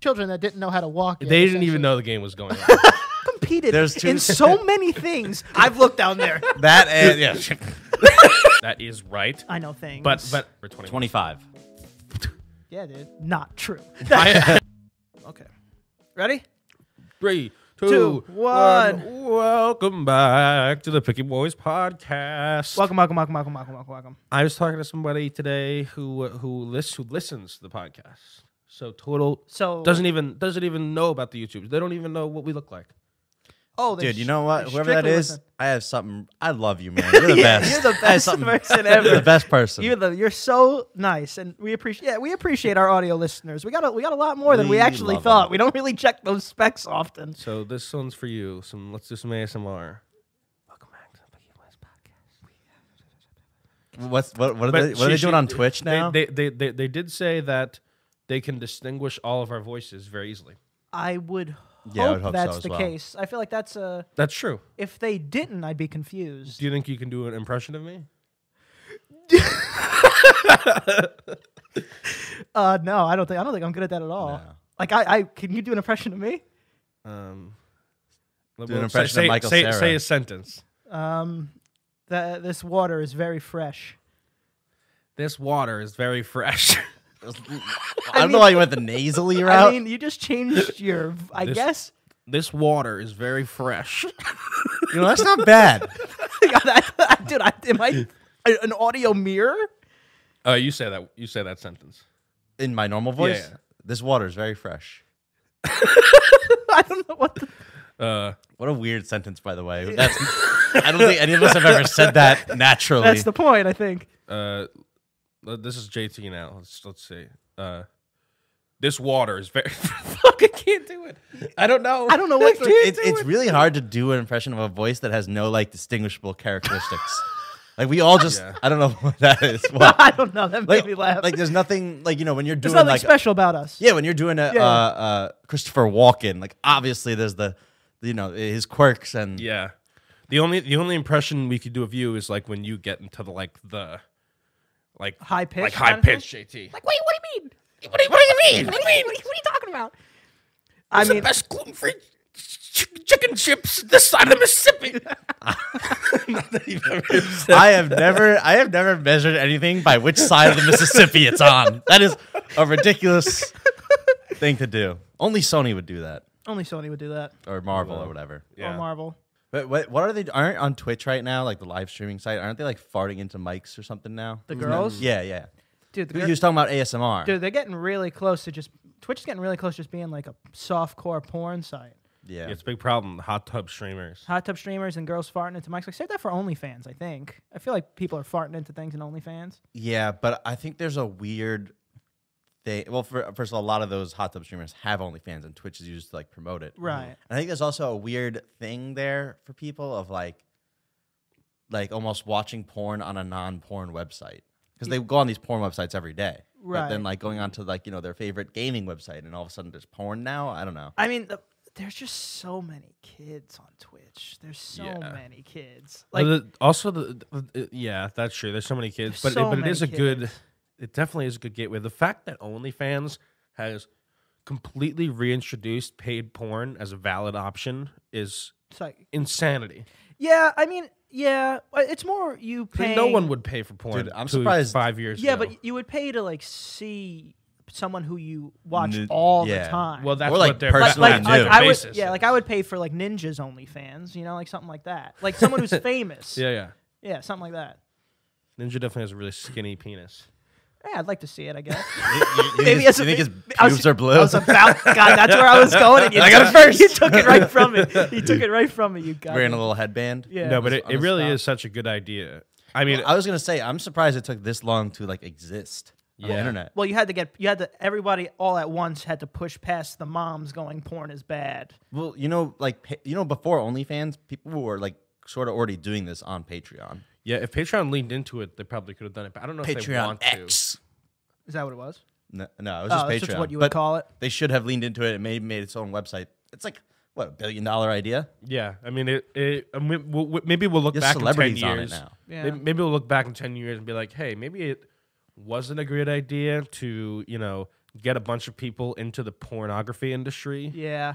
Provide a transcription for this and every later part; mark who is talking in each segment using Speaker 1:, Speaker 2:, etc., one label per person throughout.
Speaker 1: children that didn't know how to walk. yet,
Speaker 2: They didn't
Speaker 1: essentially.
Speaker 2: even know the game was going on.
Speaker 3: competed
Speaker 4: There's two-
Speaker 3: in so many things. I've looked down there.
Speaker 4: That and yeah,
Speaker 2: that is right.
Speaker 3: I know things.
Speaker 2: But but for 20.
Speaker 4: twenty-five.
Speaker 1: Yeah, dude.
Speaker 3: not true.
Speaker 2: I-
Speaker 3: Okay. Ready?
Speaker 2: Three, two,
Speaker 3: Two,
Speaker 2: one.
Speaker 3: one.
Speaker 2: Welcome back to the Picky Boys podcast.
Speaker 3: Welcome, welcome, welcome, welcome, welcome, welcome, welcome.
Speaker 2: I was talking to somebody today who who lists who listens to the podcast. So total
Speaker 3: So
Speaker 2: doesn't even doesn't even know about the YouTube. They don't even know what we look like.
Speaker 3: Oh, they
Speaker 4: Dude, you
Speaker 3: sh-
Speaker 4: know what?
Speaker 3: they
Speaker 4: Whoever that
Speaker 3: strictly
Speaker 4: is,
Speaker 3: listen.
Speaker 4: I have something. I love you, man. You're the
Speaker 3: Yeah, you're
Speaker 4: best.
Speaker 3: the
Speaker 4: I
Speaker 3: best
Speaker 4: have something-
Speaker 3: person
Speaker 4: You're
Speaker 3: ever.
Speaker 4: the best person.
Speaker 3: You're the you're so nice, and we appreciate yeah we appreciate our audio listeners. We got a, we got a lot more than we,
Speaker 4: We
Speaker 3: actually
Speaker 4: love
Speaker 3: thought.
Speaker 4: 'em.
Speaker 3: We don't really check those specs often.
Speaker 2: So this one's for you. Some let's do some ASMR. Welcome back to the Picky Boys podcast.
Speaker 4: What's what? What are
Speaker 2: But
Speaker 4: they, what
Speaker 2: she-
Speaker 4: are they
Speaker 2: she-
Speaker 4: doing on Twitch now?
Speaker 2: They, they, they, they, they did say that they can distinguish all of our voices very easily.
Speaker 3: I would hope,
Speaker 4: Yeah, I would hope so
Speaker 3: that's
Speaker 4: as
Speaker 3: the
Speaker 4: well.
Speaker 3: case. I feel like that's a
Speaker 2: That's true.
Speaker 3: if they didn't, I'd be confused.
Speaker 2: Do you think you can do an impression of me?
Speaker 3: Uh, no, I don't think I don't think I'm good at that at all.
Speaker 4: No.
Speaker 3: Like I, I can you do an impression of me?
Speaker 2: Um,
Speaker 4: Do an impression of
Speaker 2: say,
Speaker 4: Michael
Speaker 2: say,
Speaker 4: Cera.
Speaker 2: say a sentence.
Speaker 3: Um, that this water is very fresh.
Speaker 2: This water is very fresh.
Speaker 4: I don't know why you went the nasally route.
Speaker 3: I mean, you just changed your. v- I
Speaker 2: This-
Speaker 3: guess
Speaker 2: this water is very fresh.
Speaker 4: you know, that's not bad.
Speaker 3: dude, I, am I an audio mirror?
Speaker 2: Oh, you say that. You say that sentence.
Speaker 4: In my normal voice,
Speaker 2: yeah.
Speaker 4: this water is very fresh.
Speaker 3: I don't know what. The,
Speaker 2: Uh,
Speaker 4: What a weird sentence, by the way. That's I don't think any of us have ever said that naturally.
Speaker 3: that's the point. I think.
Speaker 2: uh, uh, this is JT now. Let's let's see. Uh, this water is very. Fuck! I can't do it. I don't know.
Speaker 3: I don't know what.
Speaker 2: can't
Speaker 4: It's
Speaker 2: do
Speaker 4: it's
Speaker 2: it.
Speaker 4: really hard to do an impression of a voice that has no like distinguishable characteristics. like we all just
Speaker 2: Yeah.
Speaker 4: I don't know what that is. What-
Speaker 3: I don't know. That made
Speaker 4: like,
Speaker 3: me laugh.
Speaker 4: like there's nothing like you know when you're doing
Speaker 3: There's nothing
Speaker 4: like
Speaker 3: special about us.
Speaker 4: yeah when you're doing a
Speaker 3: Yeah.
Speaker 4: uh, uh, Christopher Walken like obviously there's the you know his quirks and
Speaker 2: Yeah. The only the only impression we could do of you is like when you get into the like the like
Speaker 3: High pitch.
Speaker 2: like high pitch JT.
Speaker 3: Like, wait, what do you mean?
Speaker 2: what, do you, what do you mean?
Speaker 3: What do you, what are you- what are you talking about? I mean,
Speaker 2: best gluten free chicken chips this side of the Mississippi.
Speaker 4: I have never I have never measured anything by which side of the Mississippi it's on. That is a ridiculous thing to do. Only Sony would do that
Speaker 3: only Sony would do that.
Speaker 4: or Marvel or whatever.
Speaker 3: Or Marvel.
Speaker 4: But what what are they aren't on Twitch right now like the live streaming site? Aren't they like farting into mics or something now?
Speaker 3: The girls.
Speaker 4: Mm-hmm. yeah, yeah.
Speaker 3: Dude, the
Speaker 4: He
Speaker 3: girl,
Speaker 4: was talking about ASMR.
Speaker 3: dude, they're getting really close to just Twitch is getting really close to just being like a soft core porn site.
Speaker 4: yeah.
Speaker 2: It's a big problem. Hot tub streamers.
Speaker 3: Hot tub streamers and girls farting into mics. Like, save that for OnlyFans. I think. I feel like people are farting into things in OnlyFans.
Speaker 4: Yeah, but I think there's a weird thing. Well, for, first of all, a lot of those hot tub streamers have OnlyFans, and Twitch is used to like promote it.
Speaker 3: Right.
Speaker 4: And I think there's also a weird thing there for people of like, like almost watching porn on a non-porn website because they go on these porn websites every day. But
Speaker 3: Right.
Speaker 4: then like going on to like you know their favorite gaming website, and all of a sudden there's porn now. I don't know.
Speaker 3: I mean, the, there's just so many kids on Twitch. There's so
Speaker 2: Yeah.
Speaker 3: many kids.
Speaker 2: Like,
Speaker 3: Like,
Speaker 2: also the, the- uh, yeah, that's true. There's so many kids,
Speaker 3: There's
Speaker 2: but
Speaker 3: so
Speaker 2: it, but it
Speaker 3: many
Speaker 2: is a good.
Speaker 3: kids.
Speaker 2: It definitely is a good gateway. The fact that OnlyFans has completely reintroduced paid porn as a valid option is
Speaker 3: it's like,
Speaker 2: insanity.
Speaker 3: yeah. I mean, yeah. uh, It's more you pay.
Speaker 2: No one would pay for porn.
Speaker 4: Dude, I'm
Speaker 2: two-
Speaker 4: surprised-
Speaker 2: Five years.
Speaker 3: Yeah,
Speaker 2: ago.
Speaker 3: but you would pay to like see someone who you watch
Speaker 4: N-
Speaker 3: all
Speaker 4: yeah.
Speaker 3: the time.
Speaker 2: well, that's
Speaker 4: Or, like,
Speaker 2: what their
Speaker 4: personal
Speaker 3: like,
Speaker 4: what I
Speaker 3: like
Speaker 4: do.
Speaker 3: I would,
Speaker 2: basis
Speaker 3: yeah, like
Speaker 2: is.
Speaker 3: I would pay for like Ninja's OnlyFans, you know, like something like that, like someone who's famous.
Speaker 2: Yeah, yeah.
Speaker 3: yeah, something like that.
Speaker 2: Ninja definitely has a really skinny penis.
Speaker 3: Yeah, I'd like to see it. I guess.
Speaker 4: You, you- you think,
Speaker 3: Maybe
Speaker 4: his,
Speaker 3: it's a
Speaker 4: you think his
Speaker 3: big- I was-
Speaker 4: pubes are blue?
Speaker 3: I was about God. That's where I was going. And you
Speaker 4: I got
Speaker 3: took-
Speaker 4: it first.
Speaker 3: You took it right from me. You took it right from me. You got
Speaker 4: Wearing a little headband.
Speaker 3: Yeah.
Speaker 2: no, but
Speaker 4: on
Speaker 2: it,
Speaker 4: the
Speaker 2: it really
Speaker 4: spot.
Speaker 2: is such a good idea. I mean,
Speaker 4: I was gonna say, I'm surprised it took this long to like exist on
Speaker 2: Yeah.
Speaker 4: the internet.
Speaker 3: Well, you had to get you had to everybody all at once had to push past the moms going porn is bad.
Speaker 4: Well, you know, like pa- you know, before OnlyFans, people were like sort of already doing this on Patreon.
Speaker 2: yeah, if Patreon leaned into it, they probably could have done it. But I don't know if they want
Speaker 3: Is that what it was?
Speaker 4: No, no, it was
Speaker 3: Oh,
Speaker 4: just
Speaker 3: that's
Speaker 4: Patreon.
Speaker 3: just what you
Speaker 4: but
Speaker 3: would call it.
Speaker 4: they should have leaned into it and made made its own website. It's like what a billion dollar idea.
Speaker 2: to. Yeah, I mean, it. it I mean, we'll, we- maybe we'll look
Speaker 4: There's
Speaker 2: back in ten
Speaker 4: celebrities on it
Speaker 2: years.
Speaker 4: now.
Speaker 3: Yeah.
Speaker 2: Maybe, maybe we'll look back in ten years and be like, hey, maybe it wasn't a great idea to you know get a bunch of people into the pornography industry.
Speaker 3: Yeah.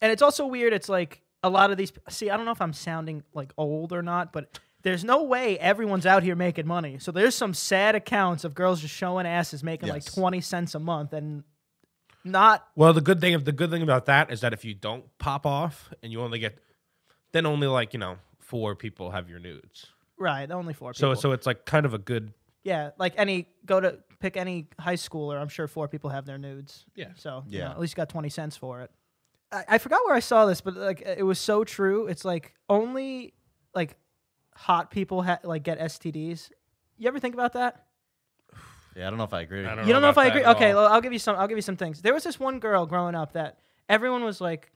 Speaker 3: And it's also weird. It's like a lot of these. See, I don't know if I'm sounding like old or not, but there's no way everyone's out here making money. So there's some sad accounts of girls just showing asses making like
Speaker 4: Yes.
Speaker 3: 20 cents a month and not.
Speaker 2: Well, the good thing the good thing about that is that if you don't pop off and you only get then only like, you know, four people have your nudes.
Speaker 3: Right, only four
Speaker 2: So
Speaker 3: people.
Speaker 2: so it's like kind of a good
Speaker 3: yeah, like any go to pick any high schooler. I'm sure four people have their nudes.
Speaker 2: Yeah.
Speaker 3: So yeah,
Speaker 4: Yeah.
Speaker 3: at least you got 20 cents for it. I, I forgot where I saw this, but like it was so true. It's like only like hot people ha- like get STDs. You ever think about that?
Speaker 4: Yeah, I don't know if I agree.
Speaker 2: I don't
Speaker 3: you don't know if
Speaker 2: about
Speaker 3: I
Speaker 2: that
Speaker 3: agree.
Speaker 2: at
Speaker 3: Okay,
Speaker 2: all.
Speaker 3: well, I'll give you some. I'll give you some things. There was this one girl growing up that everyone was like,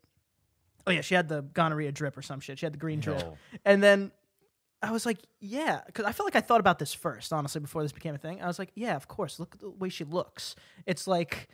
Speaker 3: "Oh yeah, she had the gonorrhea drip or some shit. She had the green drip."
Speaker 4: No.
Speaker 3: And then I was like, "Yeah," because I felt like I thought about this first, honestly, before this became a thing. I was like, "Yeah, of course. Look at the way she looks. It's like."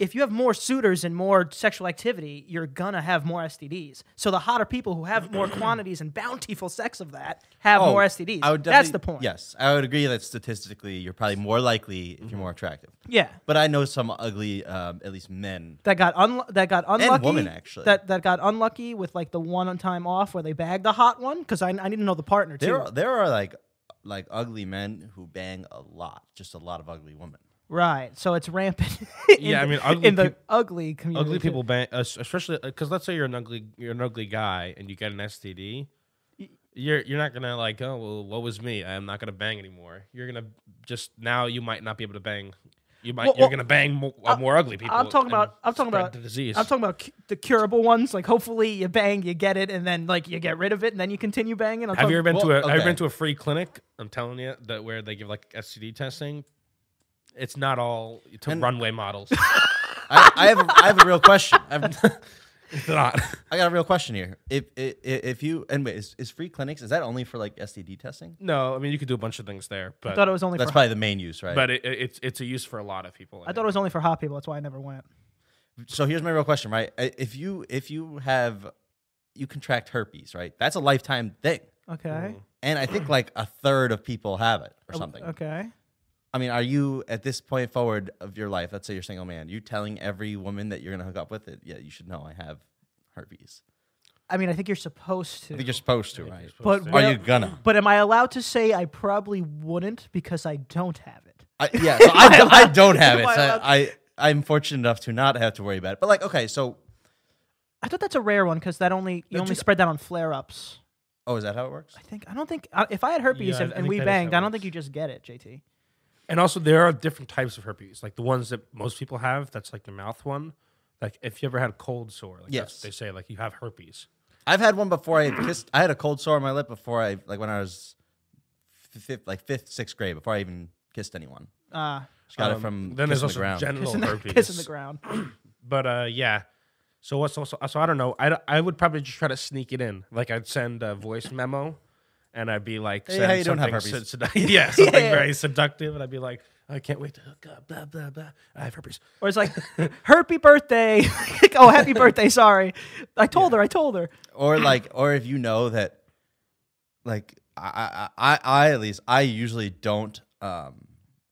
Speaker 3: If you have more suitors and more sexual activity, you're gonna have more STDs. So the hotter people who have more quantities and bountiful sex of that have
Speaker 4: Oh,
Speaker 3: more STDs.
Speaker 4: I would
Speaker 3: That's
Speaker 4: definitely-
Speaker 3: the point.
Speaker 4: Yes, I would agree that statistically, you're probably more likely if
Speaker 3: Mm-hmm.
Speaker 4: you're more attractive.
Speaker 3: Yeah.
Speaker 4: But I know some ugly, um, at least men.
Speaker 3: that got un- that got unlucky
Speaker 4: woman, actually.
Speaker 3: that that got unlucky with like the one time off where they bagged the hot one because I, I need to know the partner too
Speaker 4: There, are, there are like, like ugly men who bang a lot, just a lot of ugly women.
Speaker 3: right so it's rampant in
Speaker 2: Yeah, I
Speaker 3: the-
Speaker 2: mean, ugly
Speaker 3: in the
Speaker 2: peop-
Speaker 3: ugly community
Speaker 2: Ugly
Speaker 3: too.
Speaker 2: people bang, es- especially because let's say you're an ugly you're an ugly guy and you get an STD, you're you're not gonna like oh well what was me I'm not gonna bang anymore. You're gonna just now you might not be able to bang. You might
Speaker 3: Well,
Speaker 2: you're
Speaker 3: well,
Speaker 2: gonna bang more,
Speaker 3: I-
Speaker 2: more ugly people.
Speaker 3: I'm talking
Speaker 2: and
Speaker 3: about I'm talking
Speaker 2: spread
Speaker 3: about
Speaker 2: the disease.
Speaker 3: I'm talking about cu- the curable ones like hopefully you bang you get it and then like you get rid of it and then you continue banging I'm
Speaker 2: have you ever
Speaker 3: talking-
Speaker 2: been to a
Speaker 4: Well,
Speaker 2: have you ever
Speaker 4: okay.
Speaker 2: been to a free clinic? I'm telling you that where they give like STD testing. It's not all to
Speaker 4: And-
Speaker 2: runway models.
Speaker 4: I, I have, a, I have a real question. I, have,
Speaker 2: it's not.
Speaker 4: I got a real question here. If, if, if you, and wait, is, is free clinics? Is that only for like STD testing?
Speaker 2: No, I mean you could do a bunch of things there,
Speaker 3: I thought
Speaker 2: but
Speaker 3: it was only
Speaker 4: That's
Speaker 3: for
Speaker 4: probably the main use, right?
Speaker 2: but it, it- it's it's a use for a lot of people.
Speaker 3: I thought it was only for hot people that's why I never went
Speaker 4: so here's my real question, right? I- If you, if you have, you contract herpes, right? That's a lifetime thing,
Speaker 3: okay
Speaker 4: and I think like a third of people have it or Mm, something.
Speaker 3: Oh, okay
Speaker 4: I mean, are you at this point forward of your life? Let's say you're a single man. You telling every woman that you're gonna hook up with it? Yeah, you should know I have herpes.
Speaker 3: I mean I think you're supposed to
Speaker 4: I think you're supposed to, right?
Speaker 3: but
Speaker 2: Are
Speaker 3: what-
Speaker 4: Are you gonna?
Speaker 3: But am I allowed to say I probably wouldn't because I don't have it?
Speaker 4: I, yeah, so I, don't- I don't
Speaker 3: Am
Speaker 4: have it.
Speaker 3: I
Speaker 4: so
Speaker 3: allowed-
Speaker 4: I, I am fortunate enough to not have to worry about it. But like, okay, so
Speaker 3: I thought that's a rare one because that only you
Speaker 4: No,
Speaker 3: only
Speaker 4: just-
Speaker 3: spread that on flare-ups.
Speaker 4: oh, is that how it works?
Speaker 3: I think I don't think I if I had herpes
Speaker 2: Yeah, I-
Speaker 3: and,
Speaker 2: I
Speaker 3: and
Speaker 2: think
Speaker 3: we
Speaker 2: that is
Speaker 3: banged,
Speaker 2: how
Speaker 3: I
Speaker 2: it
Speaker 3: don't think
Speaker 2: works.
Speaker 3: you just get it, JT.
Speaker 2: And also, there are different types of herpes, like the ones that most people have. That's like the mouth one. Like if you ever had a cold sore, like that's-
Speaker 4: Yes.
Speaker 2: they say like you have herpes.
Speaker 4: I've had one before. I kissed. I had a cold sore on my lip before I like when I was fifth, like fifth, sixth grade before I even kissed anyone.
Speaker 3: Uh
Speaker 4: Just got
Speaker 2: Um,
Speaker 4: it from
Speaker 2: then there's
Speaker 4: kissing the
Speaker 2: also
Speaker 4: ground.
Speaker 2: genital
Speaker 3: kissing the,
Speaker 2: herpes.
Speaker 3: kissing the ground.
Speaker 2: But uh, yeah. So what's also so I don't know. I, d- I would probably just try to sneak it in. Like I'd send a voice memo, and I'd be like,
Speaker 4: Hey,
Speaker 2: send
Speaker 4: how you doing? Have
Speaker 2: something
Speaker 4: herpes.
Speaker 2: sedu- yeah, something
Speaker 3: Yeah.
Speaker 2: very seductive, and I'd be like, I can't wait to hook up. Blah blah blah. I have herpes.
Speaker 3: Or it's like herpy birthday. Like, oh, happy birthday, sorry. I told her, I told her.
Speaker 4: or like or if you know that like I, I i I at least i usually don't um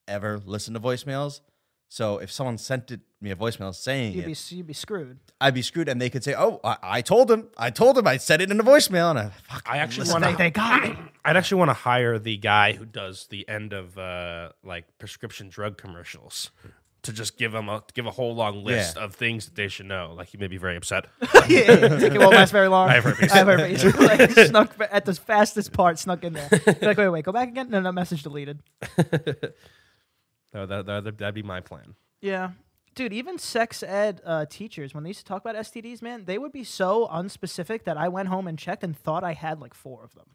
Speaker 4: ever listen to voicemails so if someone sent it me a voicemail saying
Speaker 3: You'd
Speaker 4: it,
Speaker 3: be you'd be screwed.
Speaker 4: i'd be screwed and they could say oh i, I told him i told him i said it in a voicemail and i fuck
Speaker 2: I actually
Speaker 3: They,
Speaker 2: want to.
Speaker 3: they got it.
Speaker 2: I'd actually want to hire the guy who does the end of uh, like prescription drug commercials to just give them a give a whole long list
Speaker 4: Yeah.
Speaker 2: of things that they should know. Like he may be very upset.
Speaker 3: Yeah, it won't last very long.
Speaker 2: I have herpes.
Speaker 3: I have herpes. like, snuck ba- at the fastest part, snuck in there. You're like, wait, wait, go back again. No, no, message deleted.
Speaker 2: that, that, that, that'd be my plan.
Speaker 3: Yeah. Dude, even sex ed uh, teachers, when they used to talk about STDs, man, they would be so unspecific that I went home and checked and thought I had like four of them.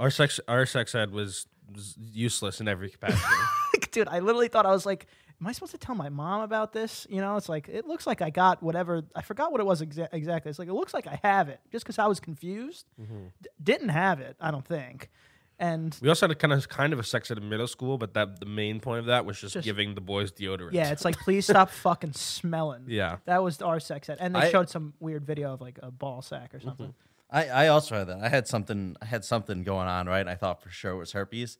Speaker 2: Our sex our sex ed was, was useless in every capacity.
Speaker 3: Like, dude, I literally thought I was like, am I supposed to tell my mom about this? You know, it's like, it looks like I got whatever, I forgot what it was exa- exactly. It's like, it looks like I have it just because I was confused. D- didn't have it, I don't think. And
Speaker 2: we also had a kind of kind of a sex ed in middle school, but that the main point of that was just,
Speaker 3: Just-
Speaker 2: giving the boys deodorant.
Speaker 3: yeah, it's like, please stop fucking smelling.
Speaker 2: Yeah.
Speaker 3: That was our sex ed. And they
Speaker 4: I-
Speaker 3: showed some weird video of like a ball sack or something.
Speaker 4: I, I also had that. I had something I had something going on, right? And I thought for sure it was herpes.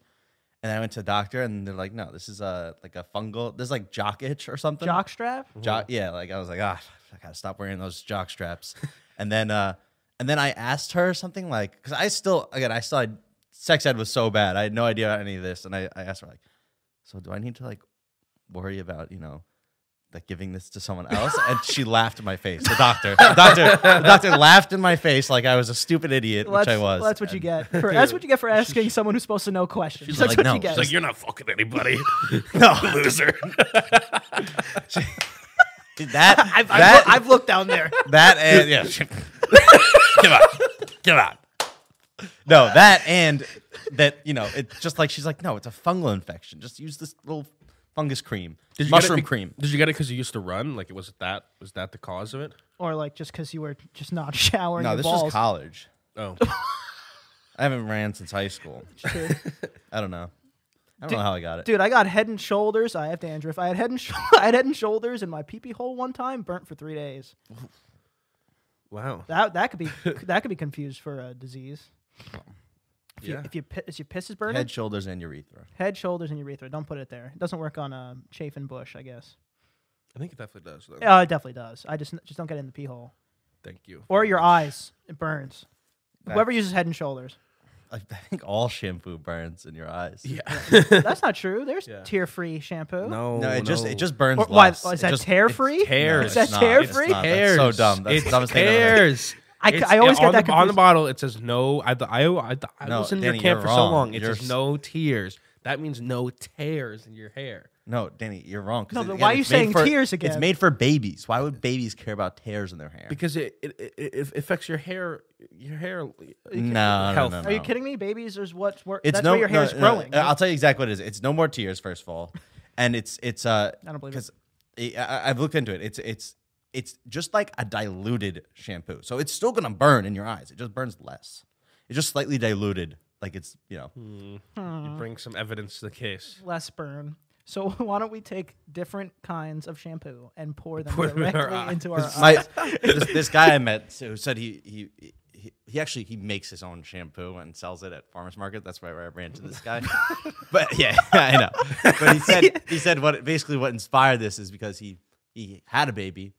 Speaker 4: And then I went to the doctor, and they're like, "No, this is a like a fungal. This is like jock itch or something."
Speaker 3: Jockstrap?
Speaker 4: Jo- yeah, like I was like, ah, I gotta stop wearing those jock straps. and then, uh, and then I asked her something like, because I still, again, I still, had, sex ed was so bad, I had no idea about any of this, and I, I asked her like, so do I need to like worry about you know, like giving this to someone else? and she laughed in my face. The doctor, the doctor, the doctor laughed in my face like I was a stupid idiot,
Speaker 3: Well,
Speaker 4: which I
Speaker 3: that's-
Speaker 4: was.
Speaker 3: well, that's what you
Speaker 4: And
Speaker 3: get. For, that's what you get for asking someone who's supposed to know questions.
Speaker 4: She's
Speaker 3: that's
Speaker 4: like,
Speaker 3: what
Speaker 4: "No."
Speaker 3: you get.
Speaker 4: She's
Speaker 2: It's like you're not fucking anybody,
Speaker 4: No,
Speaker 2: loser.
Speaker 4: that
Speaker 3: I've,
Speaker 4: that
Speaker 3: I've, I've looked down there.
Speaker 4: that and yeah.
Speaker 2: Come on, come on.
Speaker 4: No, that and that, you know, it's just like she's like, no, it's a fungal infection. Just use this little fungus cream,
Speaker 2: you get it
Speaker 4: mushroom
Speaker 2: be-
Speaker 4: cream.
Speaker 2: Did you get it because you used to run? Like it was that was that the cause of it?
Speaker 3: or like just because you were just not showering
Speaker 4: No,
Speaker 3: your
Speaker 4: this was
Speaker 3: balls.
Speaker 4: college.
Speaker 2: Oh,
Speaker 4: I haven't ran since high school.
Speaker 3: Dude.
Speaker 4: I don't know. I don't know how I got it.
Speaker 3: Dude, I got head and shoulders. I have dandruff. I had head and sh- I had head and shoulders in my pee pee hole one time, burnt for three days.
Speaker 2: wow.
Speaker 3: That that could be that could be confused for a disease. If you
Speaker 2: Yeah.
Speaker 3: if you pi- if your piss is burning,
Speaker 4: Head,
Speaker 3: head,
Speaker 4: shoulders, and urethra.
Speaker 3: shoulders, and urethra. Don't put it there. It doesn't work on a chafe and bush, I guess.
Speaker 2: I think it definitely does. Though.
Speaker 3: Oh, it definitely does. I just just don't get it in the pee hole
Speaker 2: Thank you.
Speaker 3: or your eyes. It burns. Whoever uses head and shoulders.
Speaker 4: I I think all shampoo burns in your eyes.
Speaker 2: Yeah.
Speaker 3: That's not true. There's
Speaker 2: Yeah.
Speaker 3: tear free shampoo.
Speaker 2: No.
Speaker 4: No, it just it just burns.
Speaker 3: Or- why-
Speaker 4: less.
Speaker 3: why is
Speaker 4: It
Speaker 3: that
Speaker 4: just-
Speaker 3: tear
Speaker 4: it's-
Speaker 3: free?
Speaker 4: no,
Speaker 2: Tear.
Speaker 4: it's
Speaker 3: Is that
Speaker 4: not.
Speaker 3: tear
Speaker 4: It's
Speaker 3: free?
Speaker 4: not. That's so dumb. That's
Speaker 2: It's
Speaker 4: the dumbest thing I've ever heard.
Speaker 2: cares.
Speaker 3: I, c- I always get
Speaker 2: on
Speaker 3: that
Speaker 2: the, on the
Speaker 3: confused.
Speaker 2: bottle. It says no. I I, I, I
Speaker 4: No,
Speaker 2: was in
Speaker 4: Danny,
Speaker 2: your camp
Speaker 4: you're
Speaker 2: for
Speaker 4: wrong.
Speaker 2: so long. It
Speaker 4: You're
Speaker 2: says
Speaker 4: s-
Speaker 2: no tears. That means no tears in your hair.
Speaker 4: No, Danny, you're wrong. 'cause
Speaker 3: No,
Speaker 4: it-
Speaker 3: but
Speaker 4: again,
Speaker 3: why are you
Speaker 4: it's made
Speaker 3: saying
Speaker 4: for-
Speaker 3: tears
Speaker 4: It's
Speaker 3: again?
Speaker 4: made for babies. Why would babies care about tears in their hair?
Speaker 2: Because it it, it, it affects your hair. Your hair.
Speaker 4: No,
Speaker 2: health.
Speaker 4: no, no,
Speaker 3: Are you
Speaker 4: no.
Speaker 3: kidding me? Babies is what's where,
Speaker 4: It's
Speaker 3: that's
Speaker 4: no,
Speaker 3: where your hair
Speaker 4: no,
Speaker 3: is
Speaker 4: no,
Speaker 3: growing.
Speaker 4: I'll tell you exactly what it is. It's no more tears, first of all, and it's it's uh
Speaker 3: I don't believe it.
Speaker 4: because I, I- I've looked into it. It's it's it's just like a diluted shampoo, so it's still gonna burn in your eyes. It just burns less. It's just slightly diluted, like it's you know.
Speaker 2: You bring some evidence to the case.
Speaker 3: less burn. So why don't we take different kinds of shampoo and pour them
Speaker 2: Pour them in
Speaker 3: directly
Speaker 2: our eye.
Speaker 3: into our eyes?
Speaker 4: My this, this guy I met who said he he. He, he actually he makes his own shampoo and sells it at farmers market. That's why I ran into this guy. but yeah, I know. But he said he said what basically what inspired this is because he he had a baby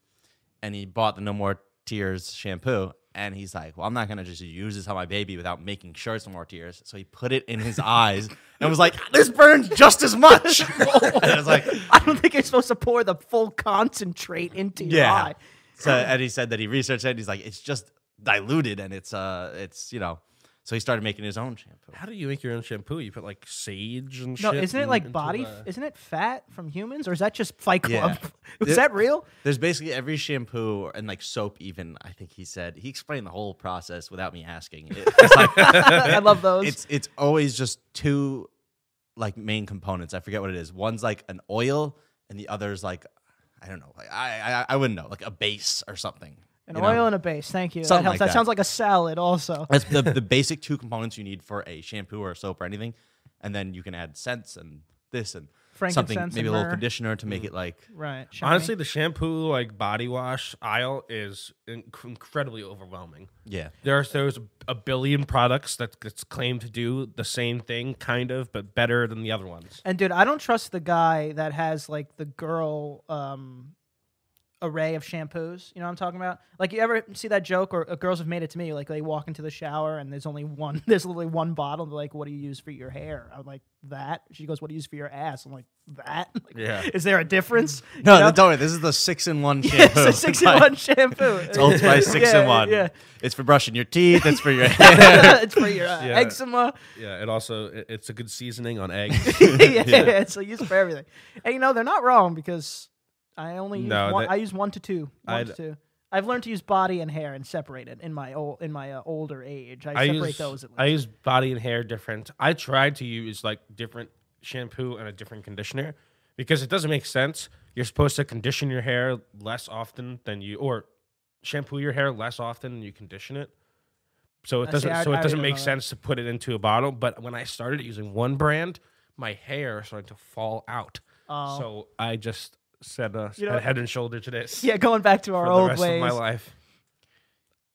Speaker 4: and he bought the No More Tears shampoo. And he's like, well, I'm not gonna just use this on my baby without making sure it's no more tears. So he put it in his eyes and was like, this burns just as much. and I was like,
Speaker 3: I don't think you're supposed to pour the full concentrate into your
Speaker 4: yeah.
Speaker 3: eye.
Speaker 4: So and he said that he researched it. And he's like, it's just diluted and it's uh, it's you know. So he started making his own shampoo.
Speaker 2: How do you make your own shampoo? You put like sage and
Speaker 3: No,
Speaker 2: shit.
Speaker 3: isn't it
Speaker 2: in-
Speaker 3: like
Speaker 2: into
Speaker 3: body?
Speaker 2: the-
Speaker 3: Isn't it fat from humans, or is that just Fight
Speaker 4: Yeah.
Speaker 3: Club? is
Speaker 4: It-
Speaker 3: that real?
Speaker 4: There's basically every shampoo and like soap, even I think he said he explained the whole process without me asking. It- it's, like,
Speaker 3: I love those.
Speaker 4: it's it's always just two like main components. I forget what it is. One's like an oil, and the other's like I don't know. Like, I I, I wouldn't know, like a base or something.
Speaker 3: An
Speaker 4: you
Speaker 3: oil
Speaker 4: know?
Speaker 3: and a base. Thank you. That
Speaker 4: Something
Speaker 3: helps.
Speaker 4: like
Speaker 3: that
Speaker 4: that.
Speaker 3: sounds like a salad, also.
Speaker 4: That's the, the basic two components you need for a shampoo or a soap or anything. And then you can add scents and this and something,
Speaker 3: Frankincense and
Speaker 4: maybe a little
Speaker 3: myrrh. Mm.
Speaker 4: conditioner to make it like.
Speaker 3: Right. shiny.
Speaker 2: Honestly, the shampoo like body wash aisle is inc- incredibly overwhelming.
Speaker 4: Yeah.
Speaker 2: There's there's a billion products that that's claimed to do the same thing, kind of, but better than the other ones.
Speaker 3: And dude, I don't trust the guy that has like the girl um array of shampoos. You know what I'm talking about? Like you ever see that joke or uh, girls have made it to me like they walk into the shower and there's only one there's literally one bottle and they're like what do you use for your hair? I'm like that. She goes what do you use for your ass? I'm like that. Like,
Speaker 2: Yeah.
Speaker 3: Is there a difference?
Speaker 4: No,
Speaker 3: You know?
Speaker 4: don't worry. This is the six in one shampoo.
Speaker 3: it's a 6 in
Speaker 4: like
Speaker 3: 1 shampoo.
Speaker 4: It's Old Spice six
Speaker 3: Yeah,
Speaker 4: in one.
Speaker 3: Yeah.
Speaker 4: It's for brushing your teeth. It's for your hair.
Speaker 3: it's for your uh,
Speaker 2: Yeah.
Speaker 3: eczema.
Speaker 2: Yeah, it also it- it's a good seasoning on eggs.
Speaker 3: yeah, it's like used for everything. And you know they're not wrong because I only use
Speaker 2: No,
Speaker 3: one,
Speaker 2: that-
Speaker 3: I use one to two, one
Speaker 2: I'd-
Speaker 3: to two. I've learned to use body and hair and separate it in my old in my uh, older age. I,
Speaker 2: I
Speaker 3: separate
Speaker 2: use
Speaker 3: those. At least.
Speaker 2: I use body and hair different. I tried to use like different shampoo and a different conditioner because it doesn't make sense. You're supposed to condition your hair less often than you or shampoo your hair less often than you condition it. So it
Speaker 3: I see,
Speaker 2: doesn't
Speaker 3: I-
Speaker 2: so
Speaker 3: I
Speaker 2: it
Speaker 3: already
Speaker 2: doesn't
Speaker 3: know
Speaker 2: make
Speaker 3: that.
Speaker 2: sense to put it into a bottle, but when I started using one brand, my hair started to fall out.
Speaker 3: Oh.
Speaker 2: So I just said uh,
Speaker 3: You know-
Speaker 2: had head and shoulder to this
Speaker 3: yeah, going back to our
Speaker 2: for the
Speaker 3: old
Speaker 2: rest
Speaker 3: ways.
Speaker 2: of my life.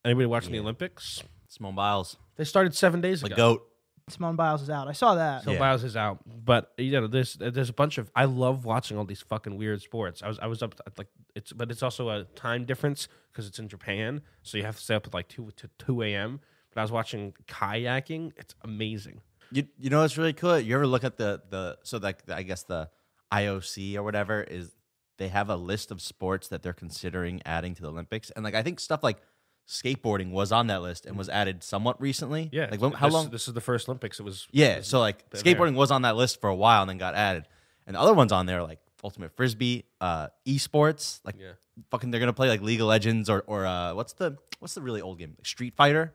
Speaker 2: Anybody watching the Olympics?
Speaker 4: Simone Biles,
Speaker 2: They started 7 days
Speaker 4: the
Speaker 2: ago.
Speaker 4: goat.
Speaker 3: Simone Biles is out. I saw that.
Speaker 2: So
Speaker 4: Yeah.
Speaker 2: Biles is out, but you know there's there's a bunch of I love watching all these fucking weird sports. I was I was up at like it's but it's also a time difference because it's in Japan, so you have to stay up at like two to two a.m. But I was watching kayaking. It's amazing.
Speaker 4: You you know what's really cool? You ever look at the the so like I guess the IOC or whatever is they have a list of sports that they're considering adding to the Olympics, and like I think stuff like skateboarding was on that list and was added somewhat recently.
Speaker 2: Mm-hmm. Yeah,
Speaker 4: like when, how
Speaker 2: this-
Speaker 4: long?
Speaker 2: This is the first Olympics. It was
Speaker 4: yeah, so like
Speaker 2: been there.
Speaker 4: skateboarding was on that list for a while and then got added, and the other ones on there like ultimate frisbee, uh, esports, like
Speaker 2: Yeah.
Speaker 4: fucking they're gonna play like League of Legends or or uh, what's the what's the really old game like Street Fighter.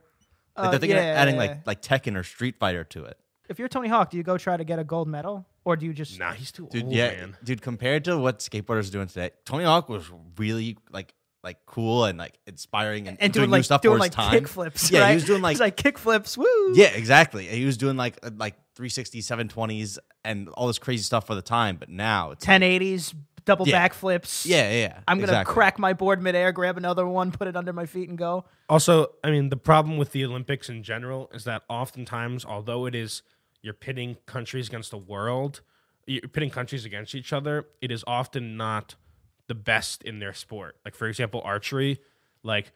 Speaker 4: Like
Speaker 3: Uh,
Speaker 4: they're thinking of
Speaker 3: yeah,
Speaker 4: adding
Speaker 3: yeah,
Speaker 4: like like Tekken or Street Fighter to it.
Speaker 3: If you're Tony Hawk, do you go try to get a gold medal, or do you just?
Speaker 2: Nah, he's too
Speaker 4: dude.
Speaker 2: old,
Speaker 4: yeah,
Speaker 2: man.
Speaker 4: dude. Compared to what skateboarders are doing today, Tony Hawk was really like like cool and like inspiring and,
Speaker 3: and
Speaker 4: doing,
Speaker 3: doing
Speaker 4: new
Speaker 3: like
Speaker 4: stuff for
Speaker 3: doing
Speaker 4: his
Speaker 3: like
Speaker 4: time.
Speaker 3: kick flips.
Speaker 4: Yeah,
Speaker 3: right?
Speaker 4: he was doing like,
Speaker 3: He's like kick flips. Woo.
Speaker 4: yeah, exactly. And He was doing like uh, like 360, 720s, and all this crazy stuff for the time. But now it's
Speaker 3: 1080s, double
Speaker 4: Yeah.
Speaker 3: back flips.
Speaker 4: yeah, yeah, yeah.
Speaker 3: I'm gonna
Speaker 4: exactly.
Speaker 3: crack my board midair, grab another one, put it under my feet, and go.
Speaker 2: Also, I mean, the problem with the Olympics in general is that oftentimes, although it is you're pitting countries against the world, you're pitting countries against each other, it is often not the best in their sport. Like for example, archery, like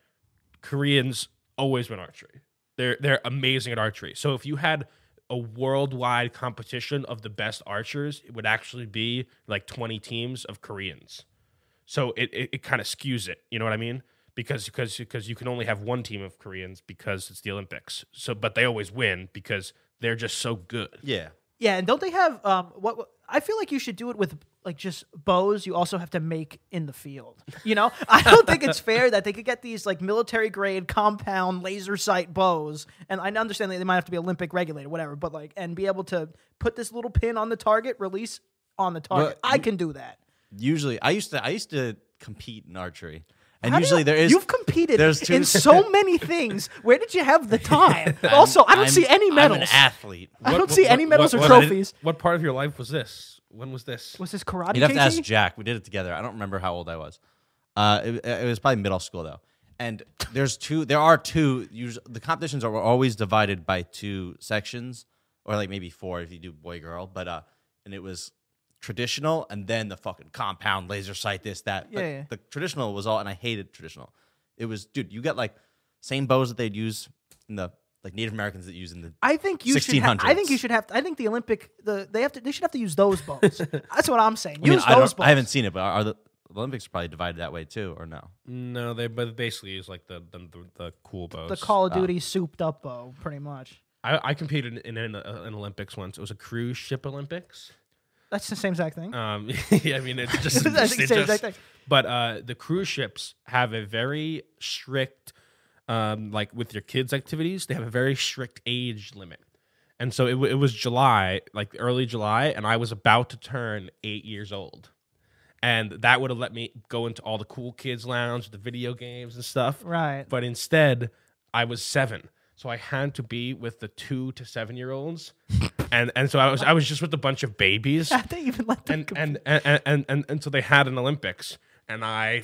Speaker 2: Koreans always win archery. They're they're amazing at archery. So if you had a worldwide competition of the best archers, it would actually be like 20 teams of Koreans. So it, it, it kind of skews it. You know what I mean? Because because because you can only have one team of Koreans because it's the Olympics. So but they always win because they're just so good.
Speaker 4: Yeah,
Speaker 3: Yeah, and don't they have um what? what I feel like you should do it with like just bows. You also have to make in the field. You know, I don't think it's fair that they could get these like military grade compound laser sight bows, and I understand that they might have to be Olympic regulated, whatever. But like, and be able to put this little pin on the target, release on the target. I can do that.
Speaker 4: usually I used to I used to compete in archery, and
Speaker 3: How do
Speaker 4: usually
Speaker 3: you-
Speaker 4: there is
Speaker 3: You've competed
Speaker 4: there's two-
Speaker 3: in so many things. Where did you have the time? also, I don't
Speaker 4: I'm-
Speaker 3: see any medals.
Speaker 4: I'm an athlete.
Speaker 3: I don't see any medals or trophies.
Speaker 2: What part of your life was this? When was this?
Speaker 3: Was this karate?
Speaker 4: You'd have to
Speaker 3: JT?
Speaker 4: ask Jack. We did it together. I don't remember how old I was. Uh, it, it was probably middle school though. And there's two. There are two. Usually, the competitions are were always divided by two sections, or like maybe four if you do boy girl. But uh, and it was traditional, and then the fucking compound laser sight this that. But
Speaker 3: Yeah, yeah.
Speaker 4: The traditional was all, and I hated traditional. It was, dude. You got like same bows that they'd use in the like Native Americans that use in the.
Speaker 3: I think you should. Ha- I think
Speaker 4: 1600s.
Speaker 3: you should have. I think the Olympic. The they have to. They should have to use those bows. That's what I'm saying.
Speaker 4: I, mean,
Speaker 3: Use
Speaker 4: I,
Speaker 3: those
Speaker 4: don't,
Speaker 3: bows.
Speaker 4: I haven't seen it, but are, are the Olympics are probably divided that way too, or no?
Speaker 2: No, they but basically use like the the, the, the cool bows.
Speaker 3: the Call of
Speaker 4: Uh,
Speaker 3: Duty souped up bow, pretty much.
Speaker 2: I, I competed in, in, uh, an Olympics once. It was a cruise ship Olympics.
Speaker 3: That's the same exact
Speaker 4: Uh,
Speaker 3: thing.
Speaker 2: Um, yeah, I mean, it's just,
Speaker 3: I think
Speaker 2: it's
Speaker 3: same
Speaker 2: just-
Speaker 3: exact thing.
Speaker 2: but uh, the cruise ships have a very strict, um, like with your kids' activities, they have a very strict age limit. And so it, w- it was July, like early July, and I was about to turn eight years old. And that would have let me go into all the cool kids' lounge, the video games and stuff.
Speaker 3: right.
Speaker 2: But instead, I was seven. So I had to be with the two to seven year olds. and and so I was I was just with a bunch of babies
Speaker 3: they even let them.
Speaker 2: and and, and, and, and and and so they had an Olympics, and I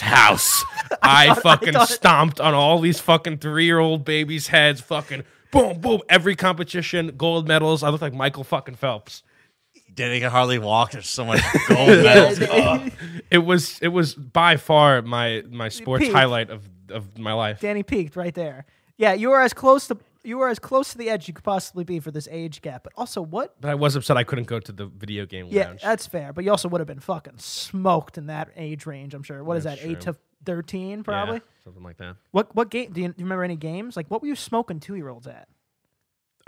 Speaker 2: house. I, fucking
Speaker 3: thought-
Speaker 2: stomped on all these fucking three-year-old babies' heads. Fucking boom, boom. Every competition, gold medals. I looked like Michael fucking Phelps.
Speaker 4: Dude, they can hardly walk. There's so much gold medals. Uh, Ugh.
Speaker 2: It was it was by far my my sports
Speaker 3: Peak.
Speaker 2: highlight of of my life.
Speaker 3: Danny peaked right there. Yeah, you were as close to you were as close to the edge you could possibly be for this age gap. But also, what?
Speaker 2: But I was upset I couldn't go to the video game
Speaker 3: Yeah,
Speaker 2: lounge.
Speaker 3: that's fair. But you also would have been fucking smoked in that age range. I'm sure. What is
Speaker 2: That's
Speaker 3: that? Eight
Speaker 2: true.
Speaker 3: to thirteen,
Speaker 2: Yeah,
Speaker 3: probably.
Speaker 2: something like that.
Speaker 3: What what game? Do you, do you remember any games? Like what were you smoking two year olds at?